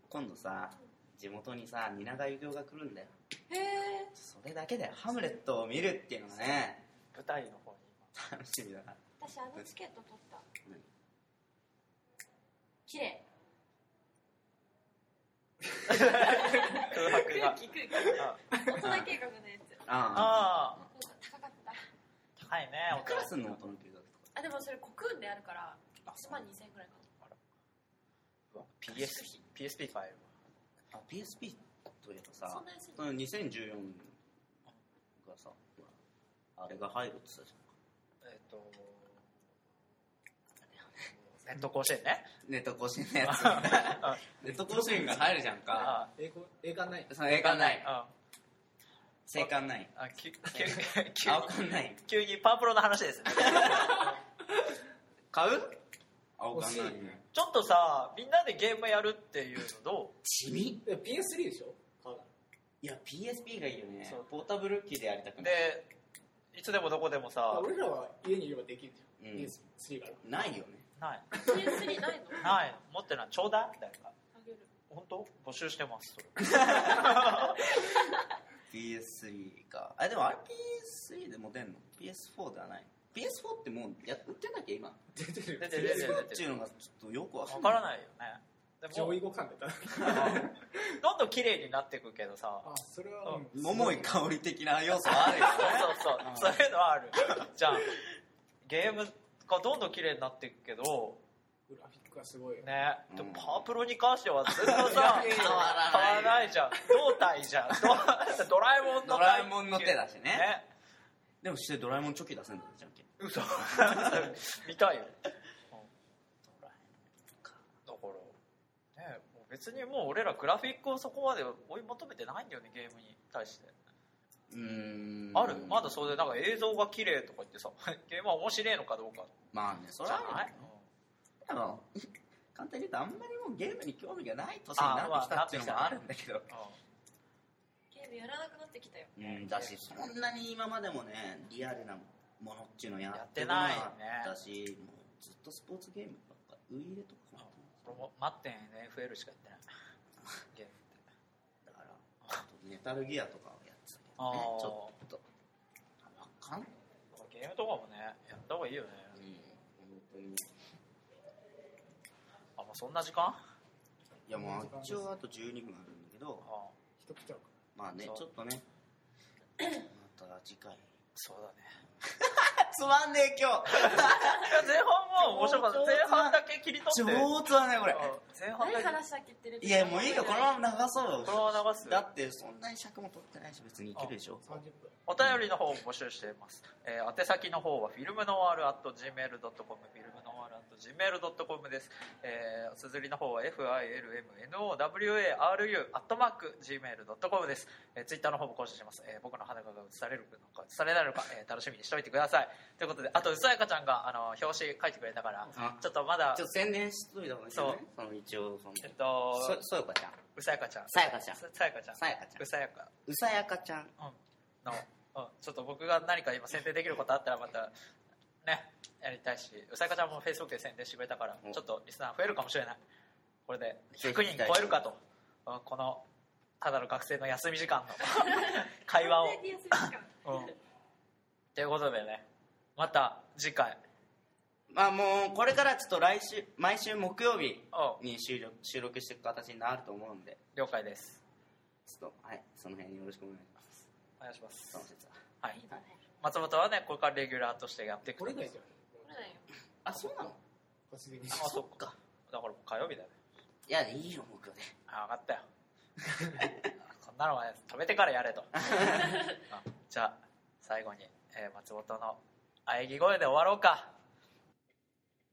Speaker 2: 今度さ地元にさ蜷川幸雄が来るんだよ
Speaker 4: へえ
Speaker 2: それだけでハムレットを見るっていうのがね
Speaker 1: 舞台の方に
Speaker 2: 楽しみだな
Speaker 4: 私あのチケット取った
Speaker 2: 何
Speaker 4: 綺麗
Speaker 1: 空白が
Speaker 4: 空気空気
Speaker 1: あ
Speaker 4: 大人計画のやつ
Speaker 2: あ
Speaker 1: あ
Speaker 4: 高かった
Speaker 1: ー高いね
Speaker 2: あクラスの音の計画と
Speaker 4: あでもそれコクーンであるから1万2000円ぐらいかな
Speaker 1: PS PSP ファイル
Speaker 2: かあ PSP といえば
Speaker 4: そ
Speaker 2: さ
Speaker 4: んな安い
Speaker 2: その2014がさほらあれが入るって言ってたじ
Speaker 1: えっとネット甲子園ね
Speaker 2: ゃんネット甲子園のや
Speaker 1: (laughs) あ
Speaker 2: つネット甲子園が入るじゃんか
Speaker 1: あ
Speaker 3: 英語映画ない
Speaker 2: その栄冠ない
Speaker 1: あ
Speaker 2: 青函ない
Speaker 1: あきき急に
Speaker 2: 青函ない
Speaker 1: 急にパープロの話ですね
Speaker 2: (laughs) 買う青
Speaker 3: 欲しい
Speaker 2: 函ない
Speaker 1: ちょっとさみんなでゲームやるっていうのど
Speaker 2: 地味
Speaker 3: え PS3 でしょ買うない
Speaker 2: や PSP がいいよね
Speaker 1: そう
Speaker 2: ポータブル機でやりたく
Speaker 1: う
Speaker 2: ない
Speaker 1: でいつでもどこでも
Speaker 3: まあ
Speaker 1: さ
Speaker 3: 俺らは家にいればできるじゃん、
Speaker 2: うん
Speaker 3: PS3 がある
Speaker 2: ないよね
Speaker 1: ない
Speaker 4: PS3 ないのあ
Speaker 1: ない持ってないちょうだい誰か
Speaker 4: げる
Speaker 1: 本当募集してますそれ
Speaker 2: PS3 かあでもあれ PS3 でも出んの PS4 ではない PS4 ってもうや売ってんだっけ今
Speaker 3: 出てる
Speaker 1: 出てる出てる
Speaker 2: PS4 っていうのがちょっとよくわか
Speaker 1: わ
Speaker 2: ん
Speaker 1: か
Speaker 2: な
Speaker 1: ら
Speaker 2: い
Speaker 1: ないよねで
Speaker 3: 上
Speaker 1: も
Speaker 3: 位互換だった
Speaker 1: (laughs) どんどん綺麗になってくけどさ
Speaker 3: あそれは、うん
Speaker 2: 桃井香り的な要素はあるよね
Speaker 1: そうそうそう、そういうのはある。じゃあ、ゲームがどんどん綺麗になっていくけど、
Speaker 3: グラフィックがすごいよ、
Speaker 1: ね、で
Speaker 2: う
Speaker 1: も
Speaker 2: ん
Speaker 1: パワープロに関してはずっとさ、
Speaker 2: 変わら (laughs) ない
Speaker 1: 変わらないじゃん。胴体じゃん。
Speaker 2: (laughs)
Speaker 1: ド (laughs) ドラえもんの
Speaker 2: ドラえもんの手だしね
Speaker 1: ね。
Speaker 2: でもしてドラえもんチョキ出せんだじゃんけん
Speaker 1: 嘘。見たいよ。だから、ね、もう別にもう俺らグラフィックをそこまで追い求めてないんだよね、ゲームに対して。
Speaker 2: うーん
Speaker 1: あるまだそれでなんか映像が綺麗とか言ってさ、 (laughs) ゲームは面白いのかどうか
Speaker 2: まあねそ
Speaker 1: じ
Speaker 2: れ
Speaker 1: ゃ
Speaker 2: は
Speaker 1: な
Speaker 2: あ
Speaker 1: い
Speaker 2: るよねでも簡単に言うとあんまりもうゲームに興味がない年になってきたっていうのもあるんだけど
Speaker 1: うん
Speaker 4: ゲームやらなくなってきたよ
Speaker 2: うんだしそんなに今までもねリアルなものっていうのや
Speaker 1: やっ
Speaker 2: ってて
Speaker 1: な
Speaker 2: ないい
Speaker 1: よね
Speaker 2: だしもうずっとスポーツゲームばっかウイイレとかもやってない
Speaker 1: 俺も待ってん NFL しかやっ
Speaker 2: (laughs)
Speaker 1: てないゲームって
Speaker 2: だからあとメタルギアとかをやってたけ
Speaker 1: あ
Speaker 2: どね
Speaker 1: ー
Speaker 2: ちょっとわかんない
Speaker 1: ゲームとかもねやった方がいいよね
Speaker 2: うん本当にい
Speaker 1: あもうそんな時間
Speaker 2: やもう一応あと12分あるんだけど
Speaker 1: あ
Speaker 3: 人来ちゃうか
Speaker 2: まあね
Speaker 1: そう
Speaker 2: ちょっとねまた次回
Speaker 1: そうだね
Speaker 2: (laughs) つまんねえ (laughs) 今
Speaker 1: いや前半は面白かった
Speaker 2: 上
Speaker 1: 前
Speaker 2: 手
Speaker 1: 半だけ切り取って
Speaker 2: 日超つまんねえこれ
Speaker 1: うん前半
Speaker 4: 何
Speaker 1: だ
Speaker 4: 話したっけってレベル
Speaker 2: いやもういいよこのまま流そう
Speaker 1: け
Speaker 2: よ
Speaker 1: このまま流す
Speaker 2: だってそんなに尺も取ってないし別にいけるでしょ
Speaker 3: 30分
Speaker 1: お便りの方を募集しています、えー宛先の方はフィルムノワール .gmail.com フィルムノワール gmail.com です。えー、綴りの方は filmnowararu.gmail.com です。えー、ツイッターの方も更新します。えー、僕の裸が映されるのか映されないのか、えー、楽しみにしておいてください。ということで、あと、うさやかちゃんが、あの、表紙書いてくれたから、
Speaker 2: あ
Speaker 1: ちょっとまだ
Speaker 2: ちょ、っと宣伝しといた方がいいですねその一応その
Speaker 1: えっと、
Speaker 2: そそよかちゃん
Speaker 1: うさやかちゃん。
Speaker 2: さやかちゃん
Speaker 1: ささやかちゃん。
Speaker 2: さやかち
Speaker 1: う
Speaker 2: ゃん
Speaker 1: さやか
Speaker 2: うさやかちゃん
Speaker 1: の、うん、ちょっと僕が何か今宣伝できることあったらまた、ね、やりたいし、うさやかちゃんも Facebook で宣伝してくれたから
Speaker 2: お、
Speaker 1: ちょっとリスナー増えるかもしれない。これで
Speaker 2: ぜひ
Speaker 1: 100人超えるかと、うんこの、ただの学生の休み時
Speaker 2: (laughs)
Speaker 1: 間の会話
Speaker 4: (laughs)
Speaker 1: を。
Speaker 6: 完全に休み時間
Speaker 1: うん。ということでね、また次回。
Speaker 2: まあもうこれからちょっと来週毎週木曜日
Speaker 1: うん
Speaker 2: に収録収録していく形になると思うんで
Speaker 1: 了解です。
Speaker 2: ちょっとはいその辺よろしくお願いします
Speaker 1: お願いします
Speaker 2: その。節は
Speaker 1: はい
Speaker 6: い。いだね
Speaker 1: 松本はね、これからレギュラーとしてやっていくと
Speaker 3: 来
Speaker 1: 思
Speaker 3: れ
Speaker 1: い
Speaker 3: な
Speaker 1: ま
Speaker 3: い
Speaker 1: す
Speaker 3: じゃん
Speaker 6: 来れないよ
Speaker 2: あそうなの
Speaker 3: 個人的に
Speaker 1: あ、そっか。だから火曜日だね。
Speaker 2: いやいいよ木曜で
Speaker 1: あ、分かったよ。 (laughs) こんなのはね止めてからやれと。あじゃあ、最後に、えー松本の喘ぎ声で終わろうか。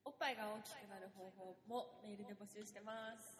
Speaker 4: おっぱいが大きくなる方法もメールで募集してます